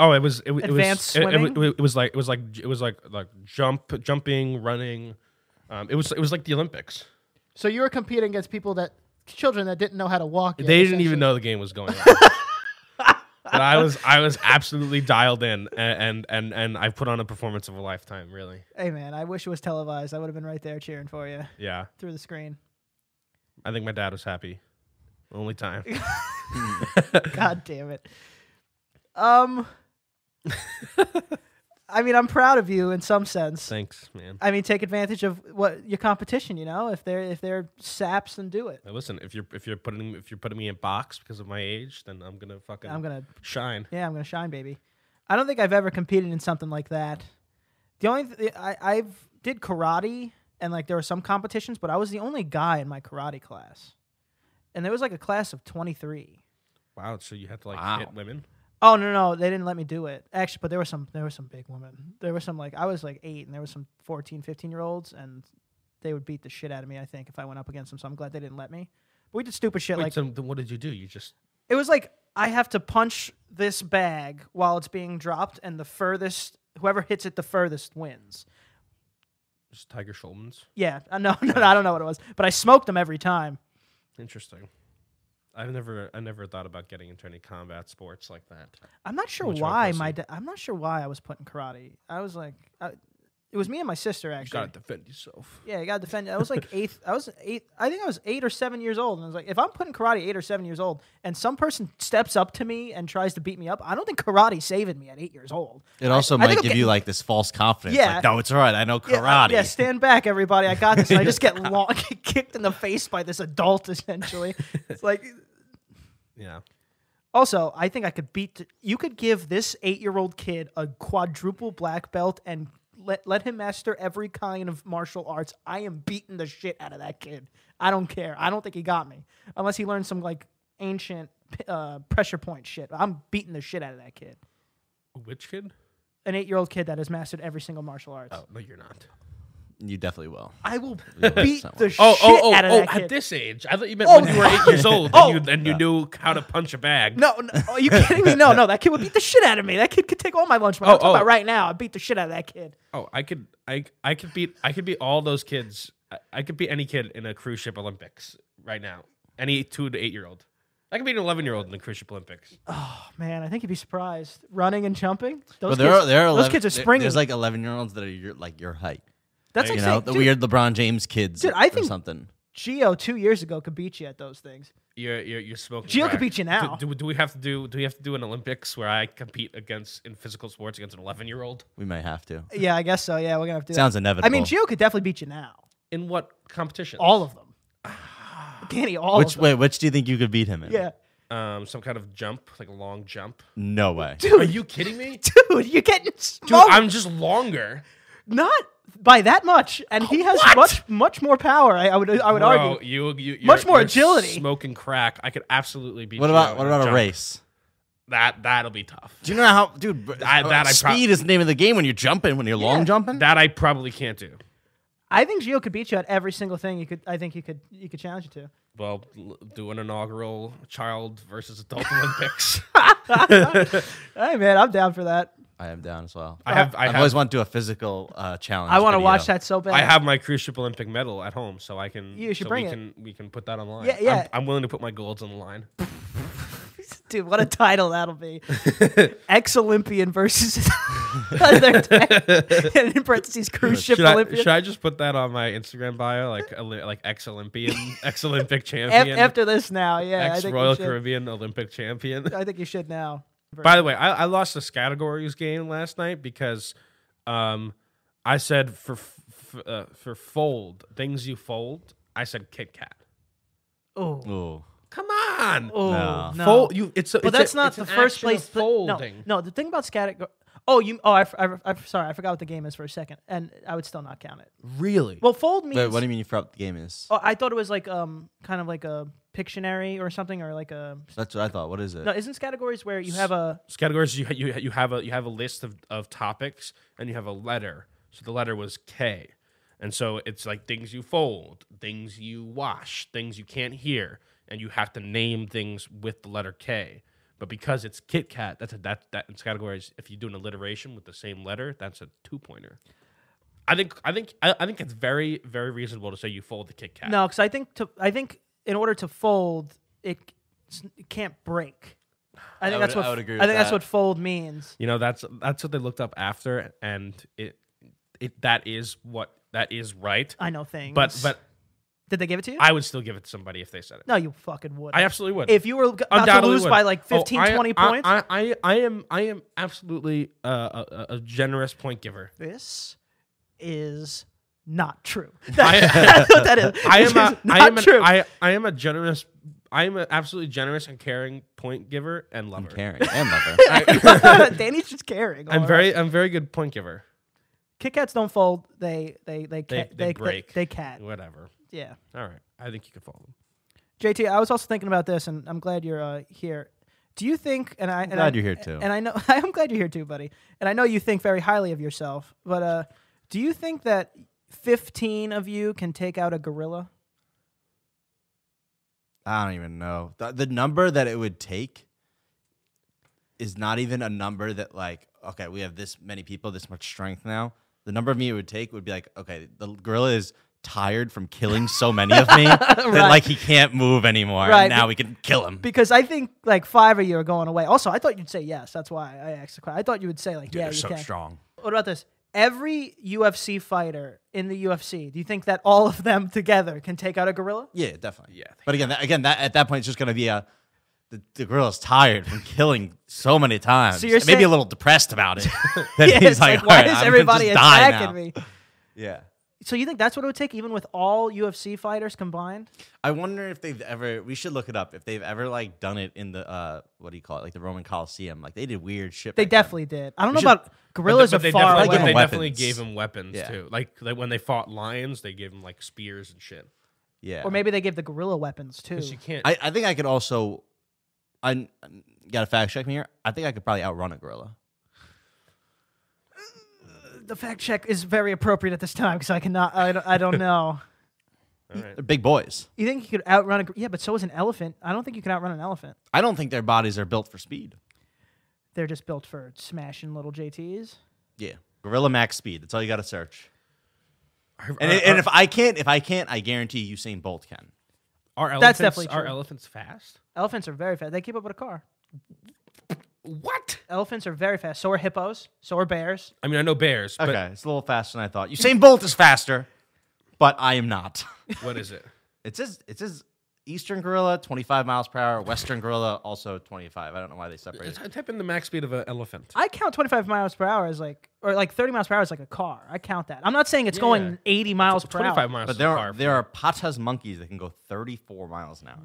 Speaker 2: Oh, it was it, was- it
Speaker 3: Advanced
Speaker 2: was it- It,
Speaker 3: swimming?
Speaker 2: was- it was like it was like it was like like jump jumping running. Um, it was it was like the Olympics.
Speaker 1: So you were competing against people that children that didn't know how to walk. yet,
Speaker 2: they didn't
Speaker 1: essentially.
Speaker 2: even know the game was going on. but I was I was absolutely dialed in, a- and and and I put on a performance of a lifetime. Really,
Speaker 3: Hey man, I wish it was televised. I would have been right there cheering for you
Speaker 2: yeah.
Speaker 3: through the screen.
Speaker 2: I think my dad was happy. Only time.
Speaker 3: God damn it. Um I mean, I'm proud of you in some sense.
Speaker 2: Thanks, man.
Speaker 3: I mean, take advantage of what your competition, you know? If they're if they're saps, then do it.
Speaker 2: Now listen, if you're if you're putting if you're putting me in box because of my age, then I'm gonna fucking
Speaker 3: I'm going to
Speaker 2: shine.
Speaker 3: yeah, I'm going to shine, baby. I don't think I've ever competed in something like that. The only th- I I've did karate and like there were some competitions, but I was the only guy in my karate class, and there was like a class of twenty three.
Speaker 2: Wow, so you have to like
Speaker 4: Wow.
Speaker 2: hit women.
Speaker 3: Oh no, no, they didn't let me do it. Actually, but there were some there were some big women. There were some like I was like 8 and there were some 14, 15 year olds and they would beat the shit out of me, I think, if I went up against them. So I'm glad they didn't let me. But we did stupid shit
Speaker 2: Wait,
Speaker 3: like
Speaker 2: so then what did you do? You just
Speaker 3: it was like I have to punch this bag while it's being dropped and the furthest whoever hits it the furthest wins.
Speaker 2: just Tiger Schulman's.
Speaker 3: Yeah, uh, no, no, I don't know what it was, but I smoked them every time.
Speaker 2: Interesting. I've never, I never thought about getting into any combat sports like that.
Speaker 3: I'm not sure
Speaker 2: Which one
Speaker 3: why
Speaker 2: pussy?
Speaker 3: my da- I'm not sure why I was putting karate. I was like, I, it was me and my sister
Speaker 2: You
Speaker 3: actually.
Speaker 2: gotta defend yourself.
Speaker 3: Yeah, you gotta defend. I was like eighth. I was eight. I think I was eight or seven years old, and I was like, if I'm putting karate eight or seven years old, and some person steps up to me and tries to beat me up, I don't think karate's saving me at eight years old.
Speaker 4: It also
Speaker 3: think
Speaker 4: might
Speaker 3: I'm
Speaker 4: give you like this false confidence.
Speaker 3: Yeah.
Speaker 4: Like, no, it's all right. I know
Speaker 3: Yeah, I-
Speaker 4: karate.
Speaker 3: Yeah, stand back, everybody. I got this. And I just get long, get kicked in the face by this adult. Essentially, it's like.
Speaker 2: Yeah.
Speaker 3: Also, I think I could beat. You could give this eight-year-old kid a quadruple black belt and let let him master every kind of martial arts. I am beating the shit out of that kid. I don't care. I don't think he got me unless he learned some like ancient uh, pressure point shit. I'm beating the shit out of that kid.
Speaker 2: Which kid?
Speaker 3: An eight-year-old kid that has mastered every single martial arts.
Speaker 2: No, you're not.
Speaker 4: You definitely will.
Speaker 3: I will
Speaker 4: Yeah,
Speaker 3: beat
Speaker 4: someone.
Speaker 3: the shit
Speaker 2: Oh, oh, oh,
Speaker 3: out of
Speaker 2: oh!
Speaker 3: that kid.
Speaker 2: At this age, I thought you meant
Speaker 3: Oh,
Speaker 2: when you were eight years old
Speaker 3: Oh.
Speaker 2: and you and you knew how to punch a bag.
Speaker 3: No, no, are you kidding me? No, no, that kid would beat the shit out of me. That kid could take all my lunch money.
Speaker 2: Oh,
Speaker 3: I'm talking
Speaker 2: oh.
Speaker 3: about right now. I beat the shit out of that kid.
Speaker 2: Oh, I could, I, I could beat, I could beat all those kids. I, I could beat any kid in a cruise ship Olympics right now. Any two to eight year old. I could beat an eleven year old in the cruise ship Olympics.
Speaker 3: Oh, Man, I think you'd be surprised. Running and jumping. Those
Speaker 4: But there
Speaker 3: kids,
Speaker 4: are there are 11,
Speaker 3: those kids are
Speaker 4: there-
Speaker 3: springing.
Speaker 4: There's like 11 year olds that are your, like your height.
Speaker 3: That's like
Speaker 4: you know,
Speaker 3: saying,
Speaker 4: the
Speaker 3: dude,
Speaker 4: weird LeBron James kids.
Speaker 3: Dude, I
Speaker 4: or
Speaker 3: think-
Speaker 4: something.
Speaker 3: Gio two years ago could beat you at those things.
Speaker 2: You're, you're, you're smoking.
Speaker 3: Gio could
Speaker 2: crack.
Speaker 3: beat you now.
Speaker 2: Do, do, do we have to do? Do we have to do an Olympics where I compete against in physical sports against an eleven year old?
Speaker 4: We might have to.
Speaker 3: Yeah, I guess so. Yeah, we're gonna have to. do
Speaker 4: Sounds
Speaker 3: that.
Speaker 4: inevitable.
Speaker 3: I mean, Gio could definitely beat you now.
Speaker 2: In what competition?
Speaker 3: All of them. Danny, all
Speaker 4: which
Speaker 3: of them.
Speaker 4: wait, which do you think you could beat him in?
Speaker 3: Yeah,
Speaker 2: um, some kind of jump, like a long jump.
Speaker 4: No way.
Speaker 2: Are you kidding me? Dude,
Speaker 3: dude, you're getting smoked.
Speaker 2: I'm just longer.
Speaker 3: Not by that much, and he has
Speaker 2: What?
Speaker 3: much, much more power. I, I would, I would
Speaker 2: Bro,
Speaker 3: argue.
Speaker 2: you, you you're-
Speaker 3: Much more
Speaker 2: you're
Speaker 3: agility.
Speaker 2: Smoking crack. I could absolutely beat.
Speaker 4: What
Speaker 2: you
Speaker 4: about
Speaker 2: out
Speaker 4: what
Speaker 2: in
Speaker 4: about a
Speaker 2: jump.
Speaker 4: race?
Speaker 2: That that'll be tough.
Speaker 4: Do you know how, dude? br-
Speaker 2: I- that I
Speaker 4: speed
Speaker 2: prob-
Speaker 4: is the name of the game when you're jumping, when you're long jumping.
Speaker 2: That I probably can't do.
Speaker 3: I think Gio could beat you at every single thing. You could, I think you could, you could challenge you to.
Speaker 2: Well, l- do an inaugural child versus adult Olympics.
Speaker 3: Hey man, I'm down for that.
Speaker 4: I am down as well.
Speaker 2: I have I
Speaker 4: I've
Speaker 2: have,
Speaker 4: always wanted to do a physical uh, challenge.
Speaker 3: I want to
Speaker 4: video.
Speaker 3: watch that so bad.
Speaker 2: I have my cruise ship Olympic medal at home, so I can.
Speaker 3: You should
Speaker 2: so
Speaker 3: bring
Speaker 2: we
Speaker 3: it.
Speaker 2: Can, we can put that online.
Speaker 3: Yeah, yeah.
Speaker 2: I'm, I'm willing to put my golds on the line.
Speaker 3: Dude, what a title that'll be. Ex Olympian versus other and in parentheses cruise ship
Speaker 2: Should I,
Speaker 3: Olympian.
Speaker 2: should I just put that on my Instagram bio, like Oli- like ex Olympian, ex Olympic
Speaker 3: Af-
Speaker 2: champion,
Speaker 3: after this now, yeah. I
Speaker 2: ex
Speaker 3: think,
Speaker 2: Royal
Speaker 3: you should,
Speaker 2: Caribbean Olympic champion?
Speaker 3: I think you should now.
Speaker 2: By the way, I, I lost this categories game last night because um, I said for f- f- uh, for fold things you fold. I said Kit Kat.
Speaker 3: Oh,
Speaker 4: Ooh.
Speaker 2: Come on,
Speaker 3: oh no.
Speaker 4: No.
Speaker 2: fold you. It's a,
Speaker 3: but
Speaker 2: it's a-
Speaker 3: that's not
Speaker 2: it's
Speaker 3: the
Speaker 2: an
Speaker 3: first
Speaker 2: action of
Speaker 3: place. but-
Speaker 2: folding.
Speaker 3: No, no, the thing about scatter. Oh, you. Oh, I, f- I, f- I f- sorry, I forgot what the game is for a second, and I would still not count it.
Speaker 2: really.
Speaker 3: Well, fold means.
Speaker 4: Wait, what do you mean you forgot what the game is?
Speaker 3: oh, I thought it was like um, kind of like a Pictionary or something, or like a.
Speaker 4: That's what I thought. What is it?
Speaker 3: No, isn't categories where you have a
Speaker 2: It's categories you, you you have a you have a list of, of topics and you have a letter. So the letter was K. And so it's like things you fold, things you wash, things you can't hear, and you have to name things with the letter K. But because it's Kit Kat, that's a that that in categories. If you do an alliteration with the same letter, that's a two pointer. I think I think I, I think it's very very reasonable to say you fold the Kit Kat.
Speaker 3: No, because I think to I think in order to fold, it, c- it can't break. I think
Speaker 4: would-
Speaker 3: that's what
Speaker 4: I would agree
Speaker 3: I
Speaker 4: with
Speaker 3: think that's
Speaker 4: that.
Speaker 3: what fold means.
Speaker 2: You know, that's that's what they looked up after, and it it that is what that is right.
Speaker 3: I know things.
Speaker 2: But but
Speaker 3: did they give it to you?
Speaker 2: I would still give it to somebody if they said it.
Speaker 3: no, you fucking would.
Speaker 2: I absolutely would.
Speaker 3: if you were g- about to
Speaker 2: Undoubtedly
Speaker 3: lose
Speaker 2: would.
Speaker 3: by like
Speaker 2: Oh,
Speaker 3: 15,
Speaker 2: I-
Speaker 3: 20
Speaker 2: I-
Speaker 3: points,
Speaker 2: I, I, I am I am absolutely uh, a, a- a generous point giver.
Speaker 3: this is not true.
Speaker 2: I-
Speaker 3: that's what that is.
Speaker 2: I
Speaker 3: This
Speaker 2: am a,
Speaker 3: is
Speaker 2: I
Speaker 3: not
Speaker 2: am an,
Speaker 3: true.
Speaker 2: I, I am a generous I'm an absolutely generous and caring point giver and
Speaker 4: I'm
Speaker 2: lover.
Speaker 4: caring and lover.
Speaker 3: Danny's just caring. all
Speaker 2: I'm
Speaker 3: right.
Speaker 2: very I'm very good point giver.
Speaker 3: Kit Kats don't fold. They they they
Speaker 2: They-
Speaker 3: ca-
Speaker 2: they break.
Speaker 3: They, cat.
Speaker 2: Whatever.
Speaker 3: Yeah.
Speaker 2: All right. I think you can follow them.
Speaker 3: JT, I was also thinking about this, and I'm glad you're uh, here. Do you think? And I and
Speaker 4: glad
Speaker 3: I-
Speaker 4: you're here, too.
Speaker 3: And I know I'm glad you're here too, buddy. And I know you think very highly of yourself, but uh, do you think that 15 of you can take out a gorilla?
Speaker 4: I don't even know. The, the number that it would take is not even a number that like, okay, we have this many people, this much strength now. The number of me it would take would be like, okay, the gorilla is tired from killing so many of me that like he can't move anymore.
Speaker 3: Right.
Speaker 4: And now we can kill him.
Speaker 3: Because I think like five of you are going away. Also, I thought you'd say yes. That's why I asked the question. I thought you would say like,
Speaker 4: Dude,
Speaker 3: yeah,
Speaker 4: they're
Speaker 3: you
Speaker 4: so
Speaker 3: can.
Speaker 4: strong.
Speaker 3: What about this? Every UFC fighter in the UFC, do you think that all of them together can take out a gorilla?
Speaker 4: Yeah, definitely.
Speaker 2: Yeah, I think-
Speaker 4: But again, that, again, that at that point, it's just gonna be a the, the gorilla's tired from killing so many times.
Speaker 3: So you're
Speaker 4: And maybe a
Speaker 3: saying-
Speaker 4: little depressed about it. that
Speaker 3: Yeah,
Speaker 4: he's
Speaker 3: it's like,
Speaker 4: like,
Speaker 3: why
Speaker 4: "All right,
Speaker 3: is
Speaker 4: I'm gonna
Speaker 3: everybody
Speaker 4: just die now."
Speaker 3: attacking me?
Speaker 4: Yeah.
Speaker 3: So you think that's what it would take, even with all UFC fighters combined?
Speaker 4: I wonder if they've ever. We should look it up. If they've ever like done it in the uh, what do you call it? Like the Roman Coliseum. Like they did weird shit.
Speaker 3: They
Speaker 4: back then.
Speaker 3: definitely did. I don't know
Speaker 4: should-
Speaker 3: about gorillas
Speaker 2: but
Speaker 3: are
Speaker 2: they
Speaker 3: far
Speaker 2: definitely, but
Speaker 4: Like,
Speaker 2: they
Speaker 3: away.
Speaker 4: give 'em
Speaker 2: definitely
Speaker 4: weapons.
Speaker 2: gave him weapons
Speaker 4: Yeah.
Speaker 2: too. Like, like when they fought lions, they gave him like spears and shit.
Speaker 4: Yeah.
Speaker 3: Or maybe they give the gorilla weapons too.
Speaker 2: Because you can't.
Speaker 4: I, I think I could also. I got to fact check me here. I think I could probably outrun a gorilla.
Speaker 3: The fact check is very appropriate at this time because I cannot. I don't, I don't know.
Speaker 2: all right.
Speaker 4: They're big boys.
Speaker 3: You think you could outrun a gor- yeah, but so is an elephant. I don't think you can outrun an elephant.
Speaker 4: I don't think their bodies are built for speed.
Speaker 3: They're just built for smashing little JTs.
Speaker 4: Yeah. Gorilla max speed. That's all you got to search.
Speaker 2: Our,
Speaker 4: And,
Speaker 2: our-
Speaker 4: and if I can't, if I can't, I guarantee Usain Bolt can.
Speaker 2: our
Speaker 3: That's
Speaker 2: elephants,
Speaker 3: definitely
Speaker 2: are
Speaker 3: true.
Speaker 2: elephants fast?
Speaker 3: Elephants are very fast. They keep up with a car.
Speaker 2: What?
Speaker 3: Elephants are very fast. So are hippos. So are bears.
Speaker 2: I mean, I know bears, but
Speaker 4: Okay, it's a little faster than I thought. Usain Bolt is faster, but I am not.
Speaker 2: what is it?
Speaker 4: It says it says Eastern Gorilla, 25 miles per hour. Western Gorilla, also 25. I don't know why they separated.
Speaker 2: I type in the max speed of an elephant.
Speaker 3: I count 25 miles per hour as like, or like 30 miles per hour is like a car. I count that. I'm not saying it's
Speaker 2: Yeah.
Speaker 3: going 80 miles per hour.
Speaker 2: 25 miles.
Speaker 4: But there
Speaker 2: an
Speaker 4: are
Speaker 2: hour.
Speaker 4: there are patas monkeys that can go 34 miles an hour.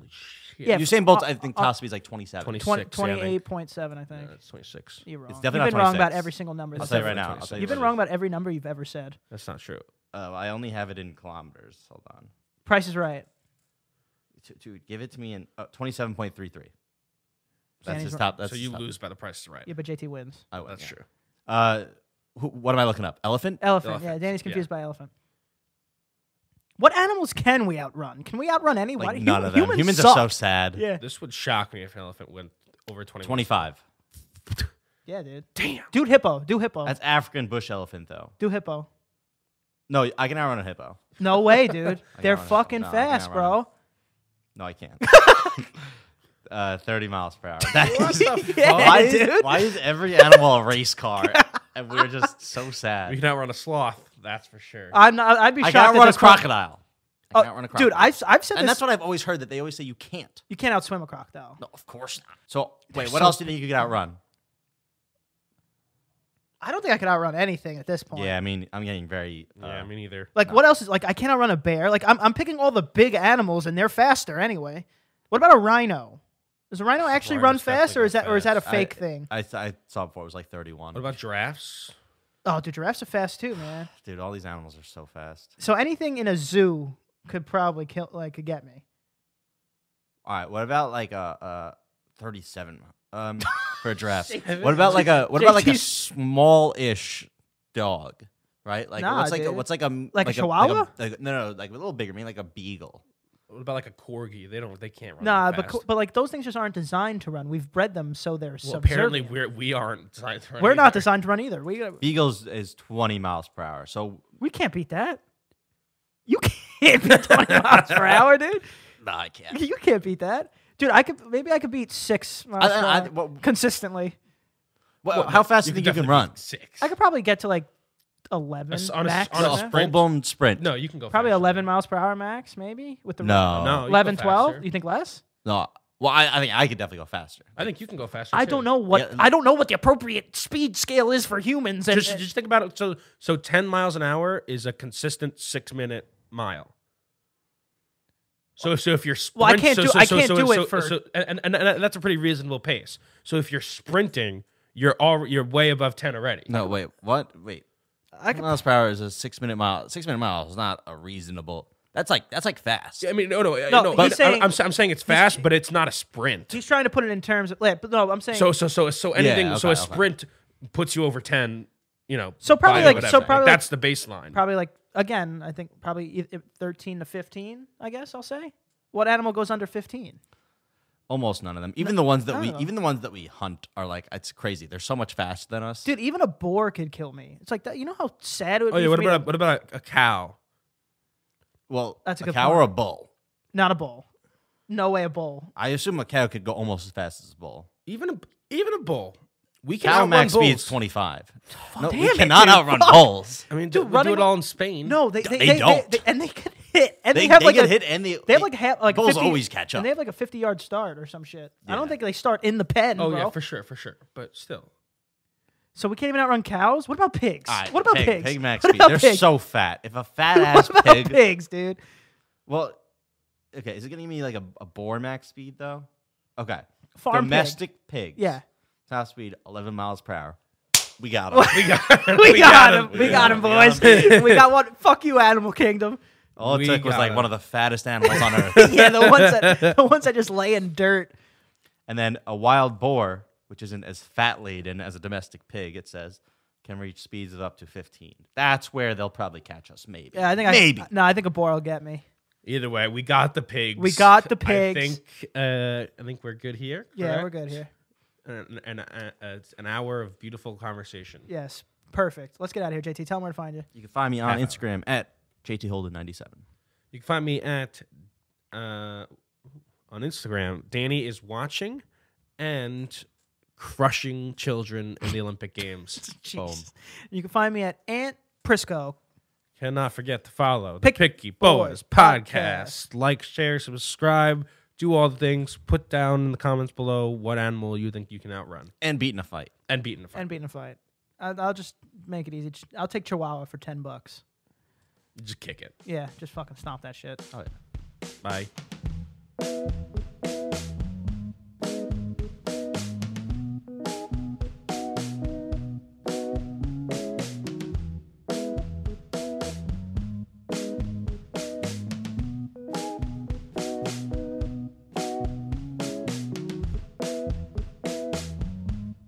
Speaker 3: Yeah, uh,
Speaker 4: Usain Bolt, I think, top speed is like 27.
Speaker 2: 26.
Speaker 3: 20,
Speaker 2: yeah, I think.
Speaker 3: 28.7, I think.
Speaker 2: Yeah, it's 26.
Speaker 3: You're wrong.
Speaker 4: It's
Speaker 3: You've
Speaker 4: definitely
Speaker 3: been
Speaker 4: not
Speaker 3: wrong about
Speaker 4: 26.
Speaker 3: every single number.
Speaker 4: I'll
Speaker 3: that's
Speaker 4: tell you
Speaker 3: ever-
Speaker 4: right now. I'll tell you
Speaker 3: You've been
Speaker 4: what it
Speaker 3: wrong about every number you've ever said.
Speaker 2: That's not true.
Speaker 4: is. Uh, I only have it in kilometers. Hold on.
Speaker 3: Price is right.
Speaker 4: To, to give it to me in uh, 27.33. That's
Speaker 3: Danny's
Speaker 4: his
Speaker 3: wrong.
Speaker 4: top. That's
Speaker 2: so
Speaker 4: his
Speaker 2: you
Speaker 4: top.
Speaker 2: lose by the price is right.
Speaker 3: Yeah, but JT wins.
Speaker 4: I win,
Speaker 2: That's
Speaker 4: yeah.
Speaker 2: true.
Speaker 4: Uh, who, what am I looking up? Elephant?
Speaker 3: Elephant. Yeah,
Speaker 2: Elephant,
Speaker 3: Danny's
Speaker 2: yeah.
Speaker 3: confused by elephant. What animals can we outrun? Can we outrun anyone?
Speaker 4: Like
Speaker 3: Hu-
Speaker 4: none of them.
Speaker 3: Humans,
Speaker 4: Humans,
Speaker 3: suck.
Speaker 4: are so sad.
Speaker 3: Yeah.
Speaker 2: This would shock me if an elephant went over 20.
Speaker 4: 25.
Speaker 3: Yeah, dude.
Speaker 2: Damn.
Speaker 3: Dude, hippo. Do hippo.
Speaker 4: That's African bush elephant though.
Speaker 3: Do hippo.
Speaker 4: No, I can outrun a hippo.
Speaker 3: No way, dude. They're
Speaker 4: outrun him.
Speaker 3: fucking
Speaker 4: No, I can
Speaker 3: fast,
Speaker 4: outrun
Speaker 3: bro.
Speaker 4: No, I can't. uh, 30 miles per hour. That is-
Speaker 3: Yeah,
Speaker 4: why, is,
Speaker 3: dude.
Speaker 4: why is every animal a race car? and we're just so
Speaker 2: We
Speaker 4: sad.
Speaker 2: can outrun a sloth. That's for sure.
Speaker 4: Ah.
Speaker 3: I'm not, I'd be
Speaker 4: I
Speaker 3: shocked.
Speaker 4: can
Speaker 3: that
Speaker 4: outrun a
Speaker 3: this one-
Speaker 4: crocodile. I can
Speaker 3: Oh,
Speaker 4: outrun a crocodile.
Speaker 3: dude, I've, I've said
Speaker 4: and
Speaker 3: this.
Speaker 4: that's what I've always heard that they always say you can't.
Speaker 3: you can't outswim a crocodile.
Speaker 4: No, of course not. So wait, what
Speaker 3: so
Speaker 4: else do you think you could outrun?
Speaker 3: I don't think I could outrun anything at this point.
Speaker 4: Yeah, I mean, I'm getting very. Uh,
Speaker 2: yeah, me neither.
Speaker 3: Like what else is like I can't outrun a bear. Like I'm I'm picking all the big animals and they're faster anyway. What about a rhino? Does a rhino actually run
Speaker 2: Rhinos definitely
Speaker 3: fast or
Speaker 2: go
Speaker 3: is that or is that a
Speaker 2: fast.
Speaker 3: fake
Speaker 4: I-
Speaker 3: thing?
Speaker 4: I, I saw before it was like 31.
Speaker 2: What about giraffes?
Speaker 3: Oh, dude, giraffes are fast too, man.
Speaker 4: Dude, all these animals are so fast.
Speaker 3: So anything in a zoo could probably kill like could get me.
Speaker 4: All right, what about like a, a 37 um, for a giraffe? what about like a what about like a
Speaker 3: JT's
Speaker 4: small-ish dog? Right, like
Speaker 3: Nah,
Speaker 4: what's like a,
Speaker 3: dude.
Speaker 4: what's like a m-
Speaker 3: Like a chihuahua?
Speaker 4: like a- no, no, like a little bigger, maybe like a beagle.
Speaker 2: What about like a corgi? They don't. They can't run.
Speaker 3: Nah,
Speaker 2: that
Speaker 3: but
Speaker 2: fast.
Speaker 3: co- but like those things just aren't designed to run. We've bred them so they're
Speaker 2: well, apparently
Speaker 3: subservient.
Speaker 2: we're we aren't designed to run
Speaker 3: We're not
Speaker 2: either.
Speaker 3: designed to run either. We uh,
Speaker 4: Beagles is 20 miles per hour, so
Speaker 3: we can't beat that. You can't beat 20 miles per hour, dude.
Speaker 4: nah, I can't.
Speaker 3: You can't beat that, dude. I could maybe I could beat six miles
Speaker 4: I-
Speaker 3: per
Speaker 4: I-
Speaker 3: hour
Speaker 4: well-
Speaker 3: consistently.
Speaker 4: Well, how fast do
Speaker 2: could
Speaker 4: you think you
Speaker 2: definitely
Speaker 4: can run?
Speaker 2: beat Six.
Speaker 3: I could probably get to like eleven
Speaker 2: s- on a s-
Speaker 3: max.
Speaker 2: on a
Speaker 3: isn't
Speaker 2: sprint.
Speaker 3: it?
Speaker 4: Full blown sprint.
Speaker 2: no, you can go.
Speaker 3: probably
Speaker 2: faster.
Speaker 3: eleven miles per hour max, maybe with the
Speaker 4: no,
Speaker 2: No, Oh, you go
Speaker 3: 11, 12?
Speaker 2: faster.
Speaker 3: You think less?
Speaker 4: no. Well, I, I think I could definitely go faster.
Speaker 2: I think you can go faster.
Speaker 3: I
Speaker 2: too.
Speaker 3: don't know what
Speaker 4: Yeah.
Speaker 3: I don't know what the appropriate speed scale is for humans. And
Speaker 2: Just, just think about it. So, so ten miles an hour is a consistent six-minute mile. So so if you're sprint,
Speaker 3: Well, I can't
Speaker 2: so,
Speaker 3: do-
Speaker 2: so,
Speaker 3: I
Speaker 2: so-
Speaker 3: can't
Speaker 2: so-
Speaker 3: do it
Speaker 2: so-
Speaker 3: for-
Speaker 2: so- and, and, and that's a pretty reasonable pace. So if you're sprinting, you're all you're way above ten already.
Speaker 4: No, wait, what? Wait,
Speaker 3: I
Speaker 4: ten
Speaker 3: could,
Speaker 4: miles per hour is a six minute mile. Six minute mile is not a reasonable. That's like that's like fast.
Speaker 2: I mean, no, no, no.
Speaker 3: No,
Speaker 2: no
Speaker 3: he's
Speaker 2: but
Speaker 3: saying-
Speaker 2: I'm, I'm, I'm saying it's fast, but it's not a sprint.
Speaker 3: he's trying to put it in terms of. Yeah, but no, I'm saying.
Speaker 2: So so so so anything. so a
Speaker 4: okay, okay.
Speaker 2: sprint puts you over ten. You know.
Speaker 3: So probably
Speaker 2: by
Speaker 3: like-
Speaker 2: whatever.
Speaker 3: so probably like-
Speaker 2: that's the baseline.
Speaker 3: probably like again. I think probably i- i- 13 to 15. I guess I'll say. What animal goes under 15?
Speaker 4: Almost none of them. Even the ones that we,
Speaker 3: Oh.
Speaker 4: even the ones that we hunt are like it's crazy. They're so much faster than us.
Speaker 3: Dude, even a boar could kill me. It's like that. You know how sad it would
Speaker 2: oh
Speaker 3: be.
Speaker 2: yeah.
Speaker 3: for
Speaker 2: What
Speaker 3: me
Speaker 2: about a,
Speaker 3: to-
Speaker 2: what about a, a cow?
Speaker 4: well,
Speaker 3: That's a
Speaker 4: a
Speaker 3: good
Speaker 4: cow
Speaker 3: point.
Speaker 4: or a bull.
Speaker 3: not a bull? No way, a bull.
Speaker 4: I assume a cow could go almost as fast as a bull.
Speaker 2: Even a even a bull. We can
Speaker 4: Cow
Speaker 2: outrun
Speaker 4: max
Speaker 2: bulls.
Speaker 4: speed is twenty five. No,
Speaker 3: damn
Speaker 4: we
Speaker 3: it,
Speaker 4: cannot
Speaker 3: dude.
Speaker 4: outrun
Speaker 3: Fuck.
Speaker 4: bulls.
Speaker 2: I mean,
Speaker 3: Dude,
Speaker 2: dude, we do
Speaker 3: running-
Speaker 2: it all in Spain.
Speaker 3: No, they they,
Speaker 4: They don't.
Speaker 3: they- and they can hit and they,
Speaker 4: They,
Speaker 3: have
Speaker 4: they
Speaker 3: like
Speaker 4: get
Speaker 3: a,
Speaker 4: hit and they,
Speaker 3: They have like half like
Speaker 4: bulls
Speaker 3: 50
Speaker 4: always catch up.
Speaker 3: And they have like a 50 yard start or some shit. I don't
Speaker 4: Yeah.
Speaker 3: think they start in the pen,
Speaker 2: Oh
Speaker 3: bro.
Speaker 2: yeah, for sure, for sure. But still,
Speaker 3: so we can't even outrun cows. What about pigs?
Speaker 4: All right,
Speaker 3: what about
Speaker 4: pig,
Speaker 3: pigs?
Speaker 4: Pig max
Speaker 3: What
Speaker 4: speed.
Speaker 3: about
Speaker 4: They're
Speaker 3: pigs?
Speaker 4: so fat. If a fat
Speaker 3: what
Speaker 4: ass
Speaker 3: about
Speaker 4: pig,
Speaker 3: pigs, dude?
Speaker 4: well, okay, is it gonna give me like a, a boar max speed though? Okay,
Speaker 3: Farm pig.
Speaker 4: domestic pigs.
Speaker 3: Yeah,
Speaker 4: top speed eleven miles per hour. We got him.
Speaker 2: we got
Speaker 3: we, got, him. We
Speaker 4: We
Speaker 3: got
Speaker 4: got
Speaker 3: him, boys.
Speaker 4: him. We got
Speaker 3: we got one. Fuck you, Animal Kingdom.
Speaker 4: All it
Speaker 2: We
Speaker 4: took was
Speaker 2: got
Speaker 4: like
Speaker 2: him.
Speaker 4: one of the fattest animals on earth,
Speaker 3: Yeah, the ones that the ones that just lay in dirt.
Speaker 4: and then a wild boar, which isn't as fat laden as a domestic pig, it says, can reach speeds of up to fifteen. That's where they'll probably catch us, maybe.
Speaker 3: Yeah, I think
Speaker 4: maybe.
Speaker 3: I no, I think a boar will get me.
Speaker 2: Either way, we got the pigs.
Speaker 3: We got the
Speaker 2: I
Speaker 3: pigs.
Speaker 2: think uh, I think we're good here.
Speaker 3: Yeah, we're good
Speaker 2: correct?
Speaker 3: here.
Speaker 2: An, an, uh, it's an hour of beautiful conversation.
Speaker 3: Yes, perfect. Let's get out of here, JT. Tell them where to find you.
Speaker 4: you can find me on
Speaker 2: Half hour.
Speaker 4: Instagram at jtholden97.
Speaker 2: You can find me at uh, on Instagram. Danny is watching and crushing children in the Olympic Games.
Speaker 3: Jesus. You can find me at Aunt Prisco.
Speaker 2: Cannot forget to follow the
Speaker 3: Pick
Speaker 2: Picky
Speaker 3: Boys
Speaker 2: Boys,
Speaker 3: Podcast.
Speaker 2: podcast. Like, share, subscribe, do all the things. Put down in the comments below what animal you think you can outrun
Speaker 4: And beating a fight.
Speaker 2: and beat in a fight.
Speaker 3: and beating a fight. I, I'll just make it easy. Ch- I'll take Chihuahua for ten bucks.
Speaker 2: Just kick it.
Speaker 3: Yeah, just fucking stomp that shit.
Speaker 4: Oh yeah.
Speaker 2: Bye.